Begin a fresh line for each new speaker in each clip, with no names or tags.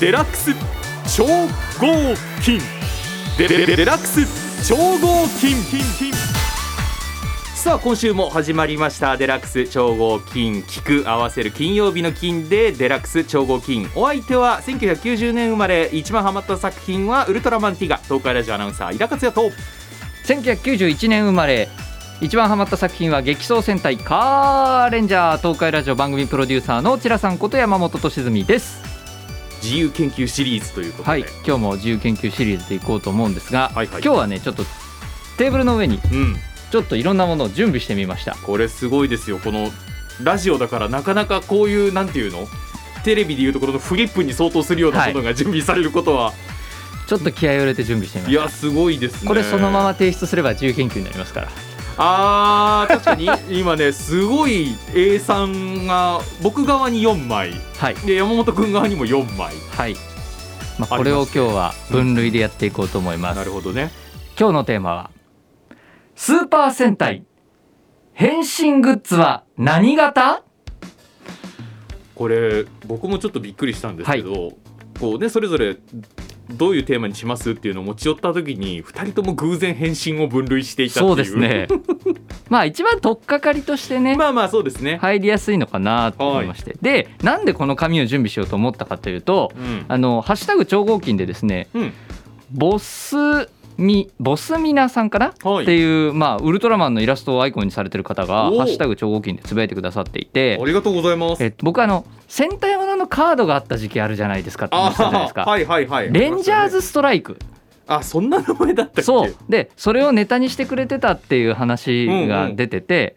デラックス超合金デデデデラックス超合金さあ今週も始まりましたデラックス超合金聞く合わせる金曜日の金でデラックス超合金お相手は1990年生まれ一番ハマった作品はウルトラマンティガ東海ラジオアナウンサー井田克也と
1991年生まれ一番ハマった作品は激走戦隊カーレンジャー東海ラジオ番組プロデューサーのチラさんこと山本俊澄です
自由研究シリーズということで、
はい今日も自由研究シリーズでいこうと思うんですが、
はいはい
今日はねちょっとテーブルの上に
うん
ちょっといろんなものを準備してみました
これすごいですよこのラジオだからなかなかこういうなんていうのテレビでいうところのフリップに相当するような
はい
ものが準備されることは、
ちょっと気合を入れて準備してみま
い、
した
やすごいですね
これそのまま提出すれば自由研究になりますから
あー確かに今ねすごい A さんが僕側に4枚
はい
で山本君側にも4枚
はい、まあ、
ありますね
これを今日は分類でやっていこうと思います、
なるほどね
今日のテーマはスーパー戦隊変身グッズは何型
これ僕もちょっとびっくりしたんですけど、こうねそれぞれどういうテーマにしますっていうのを持ち寄った時に2人とも偶然返信を分類していたっていう
そうで すねまあ一番取っかかりとしてね
まあまあそうですね、
入りやすいのかなと思いまして、でなんでこの紙を準備しようと思ったかというと
うん
あの「ハッシュタグ超合金」でですね
うん
ボスミボスミナさんかな、
はい
っていう、まあ、ウルトラマンのイラストをアイコンにされてる方が「
おー
ハッシュタグ超合金」でつぶやいてくださっていて
ありがとうございます。
えっと僕あの戦隊もののカードがあった時期あるじゃないですかって話したじゃないですか、
はいはいはい。
レンジャーズストライク
あ、そんな名前だったっけ。
そうでそれをネタにしてくれてたっていう話が出てて、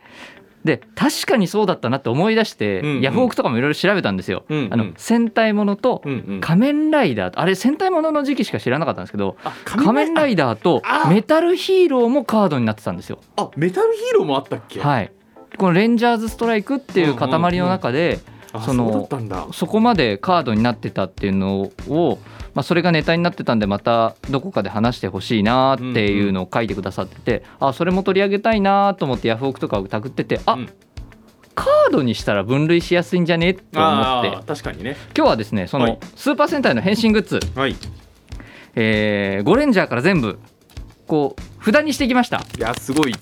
で確かにそうだったなって思い出して、
うんうん
ヤフオクとかもいろいろ調べたんですよ、
うんうん
あの戦隊ものと
うんうん。
仮面ライダーあれ戦隊ものの時期しか知らなかったんですけど
あ、
仮面ラ
イ
イダーと
あ
メタルヒーローもカードになってたんですよ。
ダー。あ、メタルヒーローもあったっけ。
はい、このレンジャーズストライクっていう塊の中で、
あ、そ
その
うだったんだ。
そこまでカードになってたっていうのを、まあ、それがネタになってたんでまたどこかで話してほしいなっていうのを書いてくださってて、あそれも取り上げたいなと思ってヤフオクとかをたぐっててあ、
うん
カードにしたら分類しやすいんじゃねと思
あ
って
ー確かにね。
今日はですねそ
はい
のスーパー戦隊の変身グッズ、
はい。い
えー、ゴレンジャーから全部こう札にしてきました
や、すごい。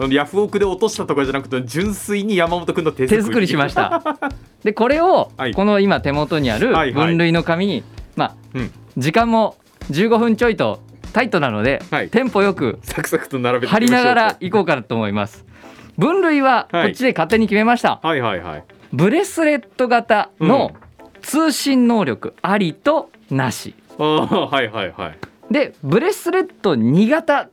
あのヤフオクで落としたとかじゃなくて純粋に山本君の手作り
手作りしま したでこれを
はい
この今手元にある
はいはい
分類の紙に、まあ
うん
時間も15分ちょいとタイトなので、
はい
テンポよく
サクサクと並べて
貼りながら
いき
いこうかなと思います分類はこ
はい
っちで勝手に決めました、
ましょうはいはいはい
ブレスレット型の通信能力ありとなし
あーはいはいはい
でブレスレット2型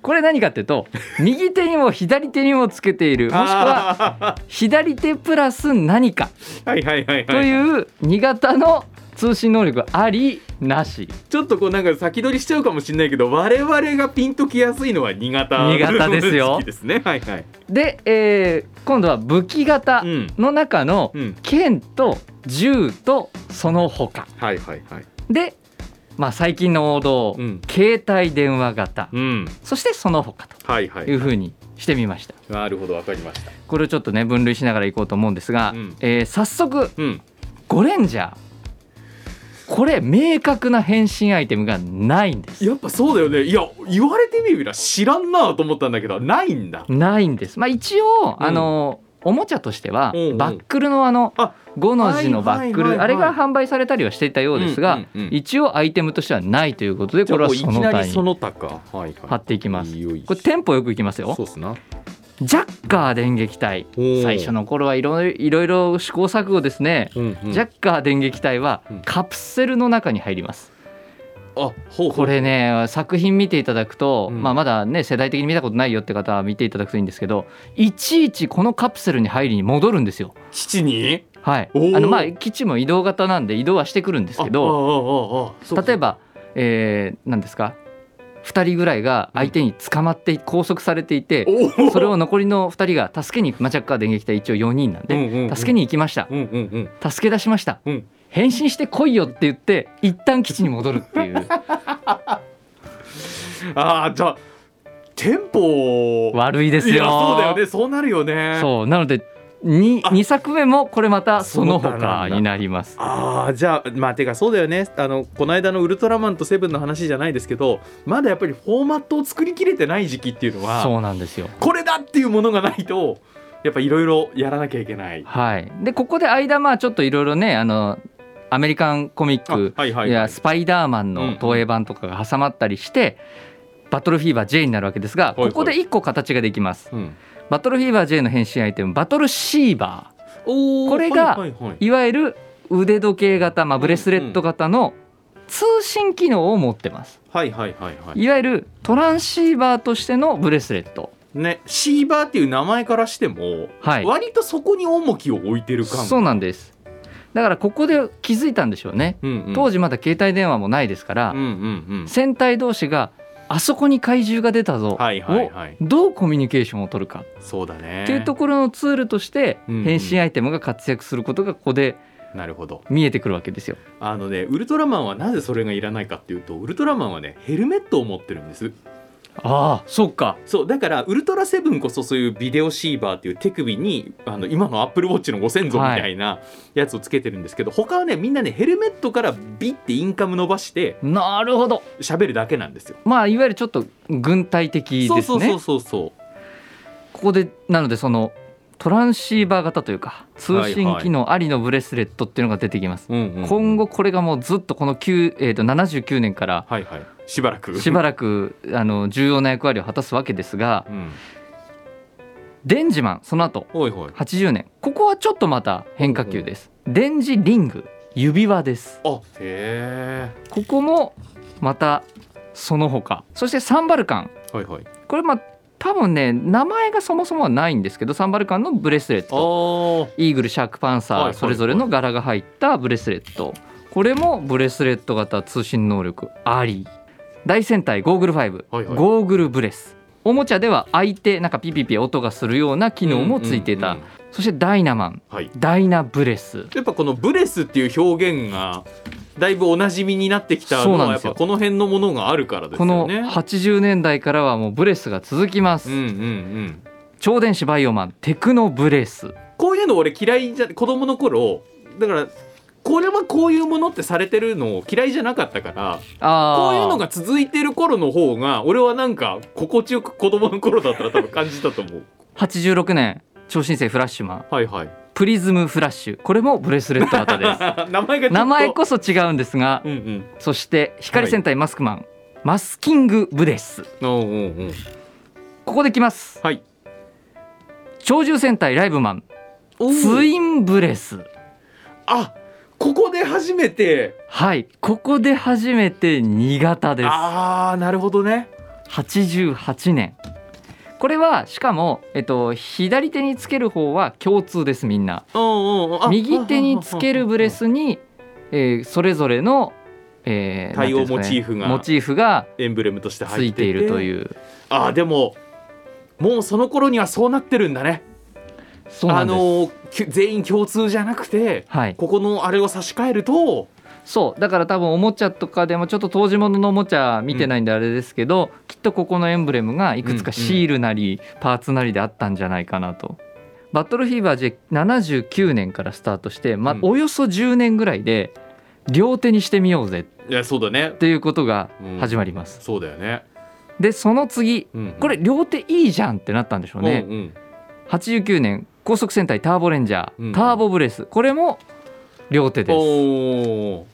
これ何かってい うと右手にも左手にもつけているもしくは
あ
左手プラス何か
ーはいはいはい
と
はい
いう2型の通信能力ありなし
ちょっとこうなんか先取りしちゃうかもしれないけど我々がピンときやすいのは新潟
新潟ですよ
好きですねはいはい
で、えー今度は武器型
うん
の中の
うん
剣と銃とその他
はいはいはい
で、まあ、最近の王道、
うん
携帯電話型
うん
そしてその他と
はいはい
いうふうにしてみました
なるほどわかりました
これをちょっとね分類しながらいこうと思うんですが、
うん
えー早速
うん
ゴレンジャーこれ明確な変身アイテムがないんです
やっぱそうだよねいや言われてみれば知らんなと思ったんだけどないんだ
ないんですまあ一応、あのおもちゃとしては、
うんうん
バックルのあの
あ
5の字のバックル、
はいはいはいはい
あれが販売されたりはしていたようですが、
うんうんうん
一応アイテムとしてはないということで
じゃ
こ
あ
れ
も
は
ういき
その
な
他
りそ
に
の他かはい
貼
は
っていき
い
ます
いよいし
これテンポよくいきますよ
そうっすな
ジャッカー電撃隊
おー
最初の頃はいろいろいろいろ試行錯誤ですね、
うんうん
ジャッカー電撃隊は
うん
カプセルの中に入ります、
あほう
こ
ほう
れね作品見ていただくと、
うん
まあ、まだね世代的に見たことないよって方は見ていただくといいんですけどいちいちこのカプセルに入りに戻るんですよ
父に
はい、
おー
あのまあ基地も移動型なんで移動はしてくるんですけど
ど
例えば、えー、何ですか2人ぐらいが相手に捕まって拘束されていて、
お
それを残りの2人が助けにマチャッカー電撃隊一応4人なんで、助け
に
に行きました
うんうんうん
助け出しました、
うん
変身してこいよって言って一旦基地に戻るっていう
あーじゃあテンポ
悪いですよ
いやそうだよねそうなるよね
そうなのでに
あ
2作目もこれまたその
その他な
他
んだ
になります
ああじゃあまあてかそうだよねあのこの間の「ウルトラマン」と「セブン」の話じゃないですけどまだやっぱりフォーマットを作りきれてない時期っていうのは
そうなんですよ
これだっていうものがないとやっぱいろいろやらなきゃいけない。
はいでここで間まあちょっといろいろねあのアメリカンコミッ
あ
ク
はいはいいは
や
い
スパイダーマンの東映版とかが挟まったりして、バトルフィーバー J になるわけですが、
いはい
ここで1個形ができます
うん
バトルフィーバー J の変身アイテムバトルシーバ
おー
これが
はいはいはい
ーいわゆる腕時計型、まあ、
ん
ブレスレット型の通信機能を持ってます
はいはいはいはい
いわゆるトランシーバーとしてのブレスレット
ねシーバーっていう名前からしても、
はい
割とそこに重きを置いてる感
そうなんですだからここで気づいたんでしょうね
うんうん、
当
時
時まだ携帯電話もないですから、
うんうん
戦隊同士があそこに怪獣が出たぞ
うんはいはいはい
をどうコミュニケーションを取るか
そうだね
っていうところのツールとして
うんうん
変身アイテムが活躍することがここで
なるほど
見えてくるわけですよ。
あのねウルトラマンはなぜそれがいらないかっていうとウルトラマンはねヘルメットを持ってるんです
ああそうか
そうだからウルトラセブンこそそういうビデオシーバーっていう手首にあの今のアップルウォッチのご先祖みたいなやつをつけてるんですけど、他はねみんなねヘルメットからビッてインカム伸ばして
なるほど
喋るだけなんですよ。
まあいわゆるちょっと軍隊的です
そうそう
ね。
そうそうそう
ここでなのでそのトランシーバー型というか通信機能ありのブレスレットっていうのが出てきます。
うんうんうん
今後これがもうずっとこの9、えー、と79年から
はいはいしばらく
しばらくあの重要な役割を果たすわけですが
うん
デンジマンその後
おいおい
80年ここはちょっとまた変化球ですデンジリング指輪です
あへえ
ここもまたその他そしてサンバルカン
はいはい
これまあ多分ね名前がそもそもはないんですけどサンバルカンのブレスレッ
あ
ト
ー
イーグルシャークパンサー、
はいはい
それぞれの柄が入ったブレスレットこれもブレスレット型通信能力あり大戦隊ゴーグル5、
はいはい
ゴーグルブレスおもちゃでは相手なんかピピピ音がするような機能もついていた、
うんうんうん
そしてダイナマン
はい
ダイナブレス
やっぱこのブレスっていう表現がだいぶおなじみになってきたの
そう
は
なん
や
で
っ
すよ
ぱこの辺のものがあるからです
こ
よ
の
ね。
80年代からはもうブレスが続きます、
うんうんうん、
超電子バイオマンテクノブレス
こういうの俺嫌いじゃ子供の頃だからこれはこういうものってされてるの嫌いじゃなかったから
あー
こういうのが続いてる頃の方が俺はなんか心地よく子供の頃だったら多分感じたと思う。
86年超新星フラッシュマン
はいはい。
プリズムフラッシュこれもブレスレット型です
名前 がちょっと
名前こそ違うんですが
うんうん。
そして光戦隊マスクマン、マスキングブレス
おうおうおう
ここできます
はい。
超獣戦隊ライブマン
お
ツ
い
インブレス
あここで初めて
はいここで初めて2型です
ああなるほどね。
88年これはしかも、えっと、左手につける方は共通ですみんな
うんうんあ
右手につけるブレスに、えーそれぞれの、え
対応
なんていうんで
モ
すかね
チーフが
モチーフが
エンブレムとして
つ
入
い
って
いると
う
いう
ああでももうその頃にはそうなってるんだね
そうな
あ
んです、
のきゅ全員共通じゃなくて
はい、
ここのあれを差し替えると
そうだから多分おもちゃとかでもちょっと当時物のおもちゃ見てないんであれですけど、きっとここのエンブレムがいくつかシールなりパーツなりであったんじゃないかなと。バトルフィーバー J79 年からスタートして、まあ
うん
およそ10年ぐらいで両手にしてみようぜっ
いやそうだね
ていうことが始まります。
そうだよね、
でその次
うんうん
これ両手いいじゃんってなったんでしょうね。
うんうん
89年高速戦隊ターボレンジャ
うん
ーターボブレスこれも両手です。
お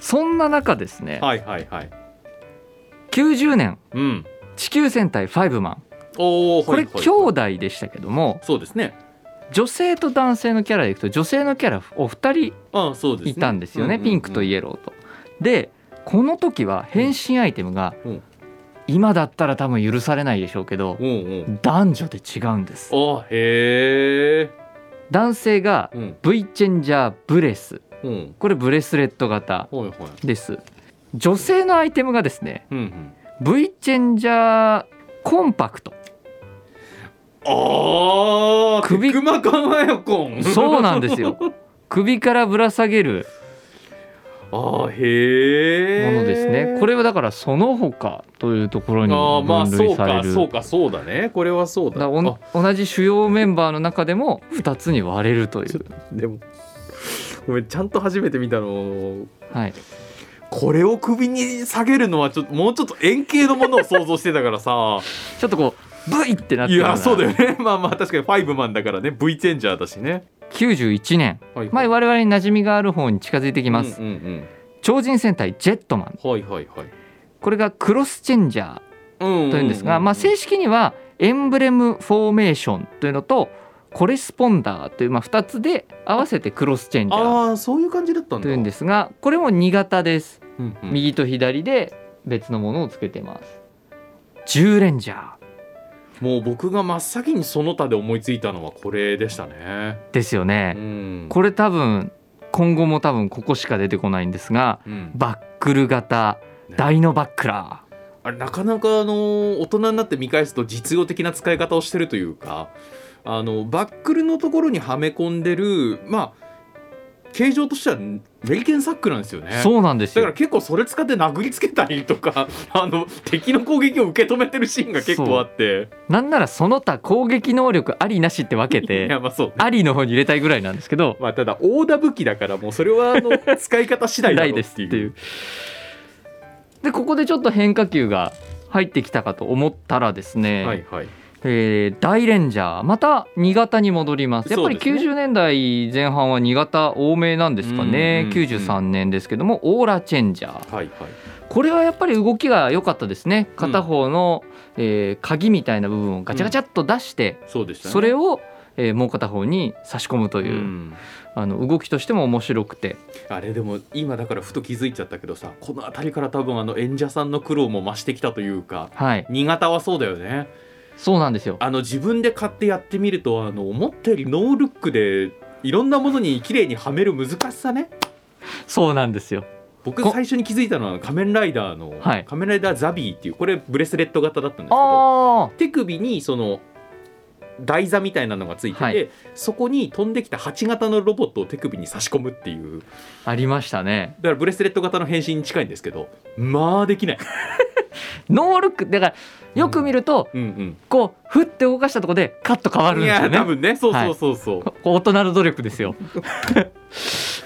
そんな中ですね
ーはいはいはい
90年
うん
地球戦隊ファイブマン
おー
こ
は
れ
いはい
兄弟でしたけども
そうですね
女性と男性のキャラでいくと女性のキャラお二人
ああそうですね
いたんですよね
ううう
ピンクとイエローと。でこの時は変身アイテムが
うん
今だったら多分許されないでしょうけど
うんうん
男女で違うんです。
あへえ
男性が
うん
V チェンジャーブレス
うん
これブレスレット型
はいはい
です。女性のアイテムがですね
うんうん
V チェンジャーコンパ クト
ああ
首
首まかまよこん
そうなんですよ首からぶら下げる
ああへへえ
ものですね。これはだからその他というところに
ああまあ
分
そう
類され
か
る。
そうかそうだねこれはそうだ
だからお
あ
ん同じ主要メンバーの中でも2つに割れるとい
ちょ
う、
でもごめんちゃんと初めて見たの
はい、
これを首に下げるのはちょっともうちょっと円形のものを想像してたからさ
ちょっとこうブイってなって
い
るような
やそうだよねまあまあ確かにファイブマンだからね V チェンジャーだしね、
91年
はい
前我々に馴染みがある方に近づいてきます、
うんうん
超人戦隊ジェットマン
うん、はいはいはい
これがクロスチェンジャー
うん
というんですが、まあ、正式にはエンブレムフォーメーションというのとコレスポンダーというまあ2つで合わせてクロスチェンジャー
ああそういう感じだったんだ
というんですがこれも2型です
うんうん
右と左で別のものをつけてます10レンジャー
もう僕が真っ先にその他で思いついたのはこれでしたね、
ですよ
う
ね
ん
これ多分今後も多分ここしか出てこないんですが
うん
バックル型
ね
ダイノバックラー
あれなかなかあの大人になって見返すと実用的な使い方をしてるというかあのバックルのところにはめ込んでるまあ形状としてはメリケンサックなんですよね
そうなんです
だから
よ。
結構それ使って殴りつけたりとか あの敵の攻撃を受け止めてるシーンが結構あって
なんならその他攻撃能力ありなしって分け
い
て
やまあそうね
ありの方に入れたいぐらいなんですけど
まあただ大田武器だからもうそれはあ の使い方次第だ
ない
ろう
で
っ
すってて
いう
いう。でここでちょっと変化球が入ってきたかと思ったらですね、
はいはい
えー大レンジャーまた2型に戻りますやっぱり
そうですね
90年代前半は2型多めなんですかね、
うんうんうん
93年ですけどもオーラチェンジャー
はいはい
これはやっぱり動きが良かったですね片方の、えー鍵みたいな部分をガチャガチャっと出して、
そうでしたね
それを、えーもう片方に差し込むという、
うん
あの動きとしても面白くて
あれでも今だからふと気づいちゃったけどさこの辺りから多分あの演者さんの苦労も増してきたというか
はい
新潟はそうだよね
そうなんですよ
あの自分で買ってやってみるとあの思ったよりノールックでいろんなものに綺麗にはめる難しさね
そうなんですよ
僕
こ
最初に気づいたのは仮面ライダーの、
はい
仮面ライダーザビーっていうこれブレスレット型だったんですけど
あ
手首にその台座みたいなのがついてて、
はい
そこに飛んできた8型のロボットを手首に差し込むっていう
あありましたね
だからブレスレット型の変身に近いんですけどまあできない
ノールックだからよく見ると、
うん
こうふって動かしたところでカッと変わ
う
る
ん、
ん
い
です
や
よ
多
ね
分ねそうそうそうそう、
こう大人の努力ですよ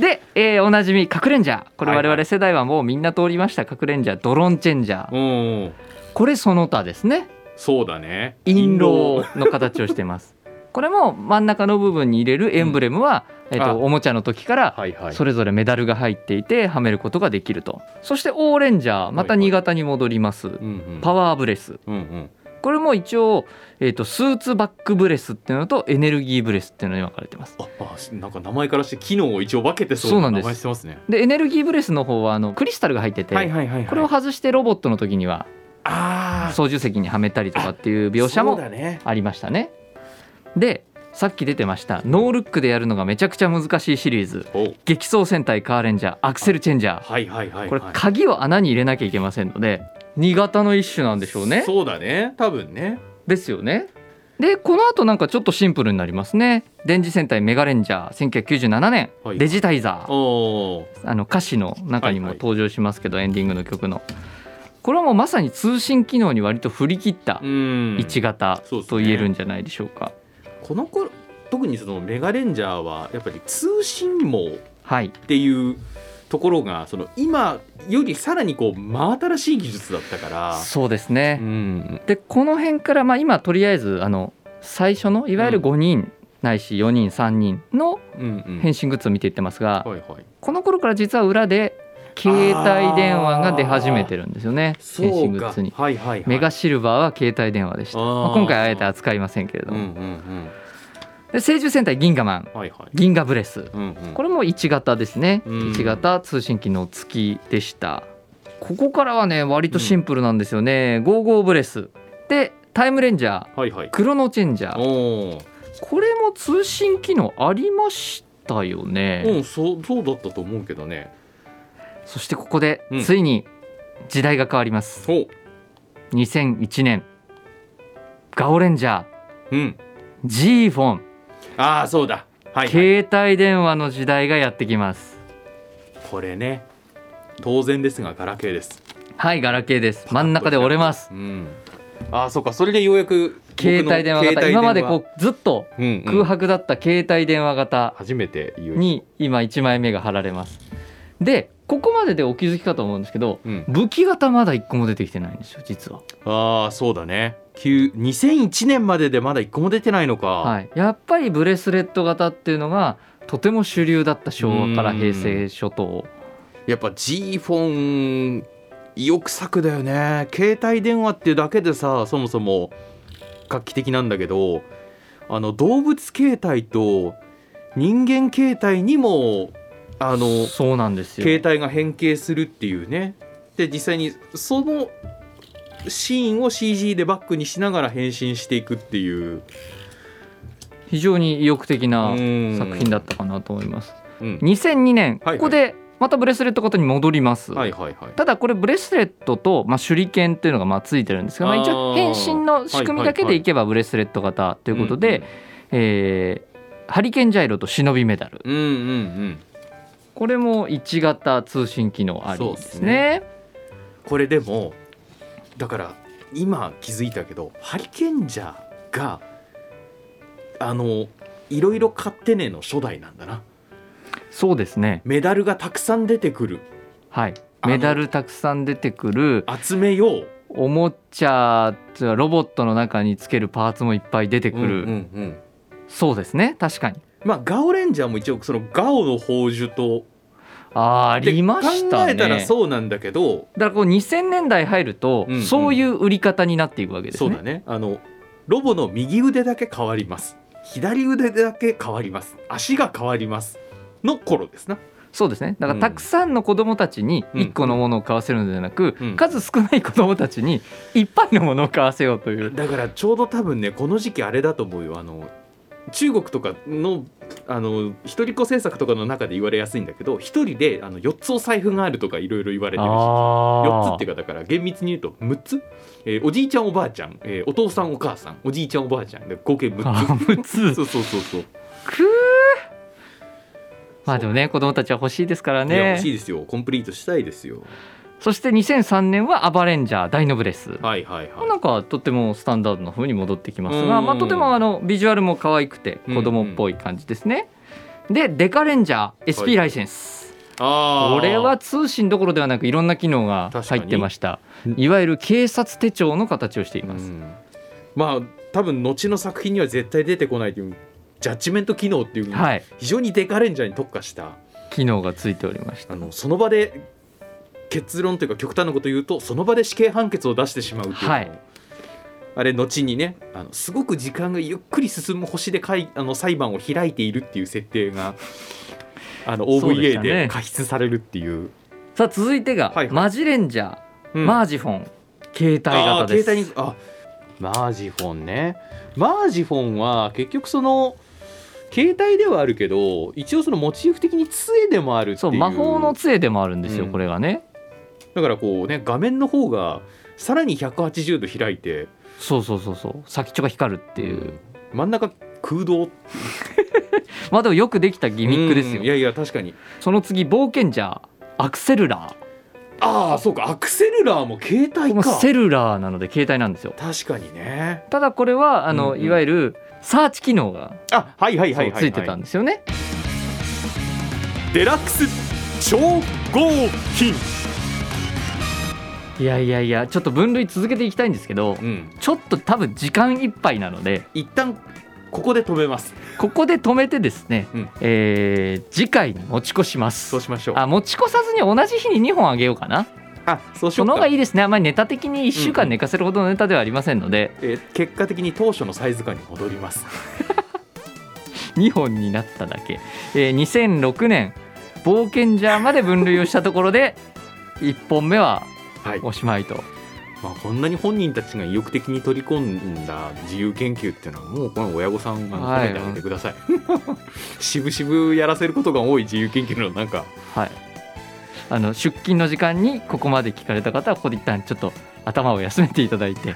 で、えーおなじみ「核レンジャー」これ
はいはい
我々世代はもうみんな通りました「核レンジャー」「ドロンチェンジャー
うん」
これその他ですね
そうだね
印籠の形をして ます。これも真ん中の部分に入れるエンブレムは、えっ
あ
とおもちゃの時から
はいはい
それぞれメダルが入っていてはめることができるとそしてオーレンジャーまた
はいはい
新潟に戻ります、
うんうん
パワーブレス
うんうん
これも一応、えっとスーツバックブレスっていうのとエネルギーブレスっていうのに分かれてます
ああしなんか名前からして機能を一応分けてそ
そううな
なん名
です
前してますね
でエネルギーブレスの方はあのクリスタルが入ってて、
はいはいはい、はい、
これを外してロボットの時には
ああ
操縦席にはめたりとかっていう描写も
そうだね
ありましたね。でさっき出てましたノールックでやるのがめちゃくちゃ難しいシリーズ
お
「激走戦隊カーレンジャー」「アクセルチェンジャー
はいはいはいは」い
これ鍵を穴に入れなきゃいけませんので2型の一種なんでしょうね。
そうだね多分ね
ですよね。でこの後なんかちょっとシンプルになりますね。電磁戦隊メガレンジャー1997年、
はい
デジタイザー
おお
あの歌詞の中にも
はいはい
登場しますけど、エンディングの曲の。これはもうまさに通信機能に割と振り切った
うん
1型
そうです
と
ね
言えるんじゃないでしょうか。
この頃特にそのメガレンジャーはやっぱり通信網
はい
っていうところがその今よりさらにこう真新しい技術だったから、
そうですね、
ん、
でこの辺から、まあ、今とりあえずあの最初のいわゆる
うん
5人ないし4人3人の
うんうん
変身グッズを見ていってますが、
はいはい
この頃から実は裏で携帯電話が出始めてるんですよね変
そう
身グ
か
ッズに。
はいはいはい
メガシルバーは携帯電話でした、
あー
まあ今回あえて扱いませんけれど
うん
も、
うんうん
で青春戦隊銀河マン
はいはい
銀河ブレス
うんうん
これも1型ですね、
うん
1型通信機能付きでしたここからはね割とシンプルなんですよね、ゴーゴーブレスでタイムレンジャー
はいはい
クロノチェンジャー
おー
これも通信機能ありましたよね、
うんそうそうだったと思うけどね
そしてここで
うん
ついに時代が変わります、
そう
2001年ガオレンジャー
うん
ジーフォン
ああそうだはい、はい、
携帯電話の時代がやってきます
これね当然ですがガラケーです、
はいガラケーです真ん中で折れます
うん、ああそうかそれでようやく
携帯電話型今までこうずっと
う、うんうん
空白だった携帯電話型
初めて言う、
に今1枚目が貼られますでここまででお気づきかと思うんですけど
うん、
武器型まだ1個も出てきてないんですよ実は、
ああそうだね旧2001年まででまだ一個も出てないのか、
はい、やっぱりブレスレット型っていうのがとても主流だった昭和から平成初頭
やっぱ G フォン意欲作だよね携帯電話っていうだけでさそもそも画期的なんだけどあの動物携帯と人間携帯にもあの
そうなんですよ
携帯が変形するっていうねで実際にそのシーンを CG でバックにしながら変身していくっていう
非常に意欲的な作
作
品だったかなと思います
うん、
2002年
はいは
こ
い
こでまたブレスレット型に戻ります、
はいはいはい
ただこれブレスレットと、まあ、手裏剣っていうのがまあついてるんですが、まあ、一応
あー
変身の仕組みだけでいけばブレスレット型ということで、えーハリケーンジャイロと忍びメダル
うんうんうん
これも1型通信機能ありですね
これでもだから今気づいたけどハリケンジャーがあのいろいろ買ってねえの初代なんだな
そうですね
メダルがたくさん出てくる
はい
あの
メダルたくさん出てくる
集めよう
おもちゃっていうかロボットの中につけるパーツもいっぱい出てくる、
うんうんうん
そうですね確かに
まあガオレンジャーも一応そのガオの宝珠と
あーあ
って
りました
考
ね
えたら
だか
そうなんだけど
らこう2000年代入ると、
うんうん
そういう売り方になっていくわけです
そう
ね
だねあのロボの右腕だけ変わります左腕だけ変わります足が変わりますの頃ですな
そうですねだか
うん
らたくさんの子どもたちに
うん
1個のものを買わせるのではなく、
うん
数少ない子どもたちにいっぱいのものを買わせようという、
だからちょうど多分ねこの時期あれだと思うよあの中国とかのあの一人っ子政策とかの中で言われやすいんだけど一人であの4つお財布があるとかいろいろ言われてるし4つっていうかだから厳密に言うと6つ、えーおじいちゃんおばあちゃん、えーお父さんお母さんおじいちゃんおばあちゃんで合計6
6
つ
つ
そうそうそうそう
くーまあでもね子どもたちは欲しいですから
いや
ね
欲しいですよコンプリートしたいですよ
そして2003年は「アバレンジャーダイノブレス」
はいはいはい
なんかとてもスタンダードな風に戻ってきますが、
うん
まあ、とてもあのビジュアルも可愛くて
うん
子供っぽい感じですね。でデカレンジャー
はい
SP ライセンス、
あー
これは通信どころではなくいろんな機能が入ってました
確かに
いわゆる警察手帳の形をしていうます、
んまあ多分後の作品には絶対出てこないというジャッジメント機能っていう
はい
非常にデカレンジャーに特化した
機能がついておりました
あのその場で結論というか極端なことを言うとその場で死刑判決を出してしまうっていうのを、
はい
あれ後にねあのすごく時間がゆっくり進む星でかいあの裁判を開いているっていう設定があの
そうでした
OVA
ね
で加筆されるっていう。
さあ続いてが、
はいはい
マジレンジャー、
うん
マージフォン携帯
あ
型
ー
です
携帯にあマージフォンねマージフォンは結局その携帯ではあるけど一応そのモチーフ的に杖でもあるっていう
そう魔法の杖でもあるんですよ、
うん
これがね
だからこうね画面の方がさらに180度開いてっ
そうそうそうそう先っちょが光るっていう、
真ん中空洞
まあでもよくできたギミックですよ
うんいやいや確かに
その次冒険者アクセルラ
ああそうかアクセルラーも携
ー
帯
もう
か
セルラーなので携帯なんですよ
確かにね
ただこれはあの、
うんうん
いわゆるサーチ機能が
あはいはい
そ
は
う
いは
つ
い
いてたんですよね、
デラックス超合金
いやいやいやちょっと分類続けていきたいんですけど
うん
ちょっと多分時間いっぱいなので
一旦ここで止めます
ここで止めてですね、
うん
えー次回に持ち越します
そうしましょう
あ持ち越さずに同じ日に2本あげようかな
あそうし
そ
よう
の方
か
がいいですねあんまりネタ的に1週
うんう
間
ん
寝かせるほどのネタではありませんので、
えー結果的に当初のサイズ感に戻ります
2本になっただけ、えー2006年「冒険ジャー」まで分類をしたところで1本目は
はい、
おしまいと
まあ、こんなに本人たちが意欲的に取り込んだ自由研究っていうのはもうこの親御さんが
はい
褒めてあげてください、 しぶしぶやらせることが多い自由研究のなんか
はいあの出勤の時間にここまで聞かれた方はここで一旦ちょっと頭を休めていただいて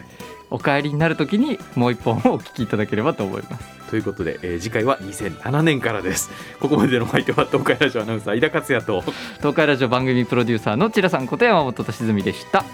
お帰りになるときにもう一本をお聞きいただければと思います
ということで、えー次回は2007年からですここまでのお相手は東海ラジオアナウンサー井田克也と
東海ラジオ番組プロデューサーのチラさんこと山本敏みでした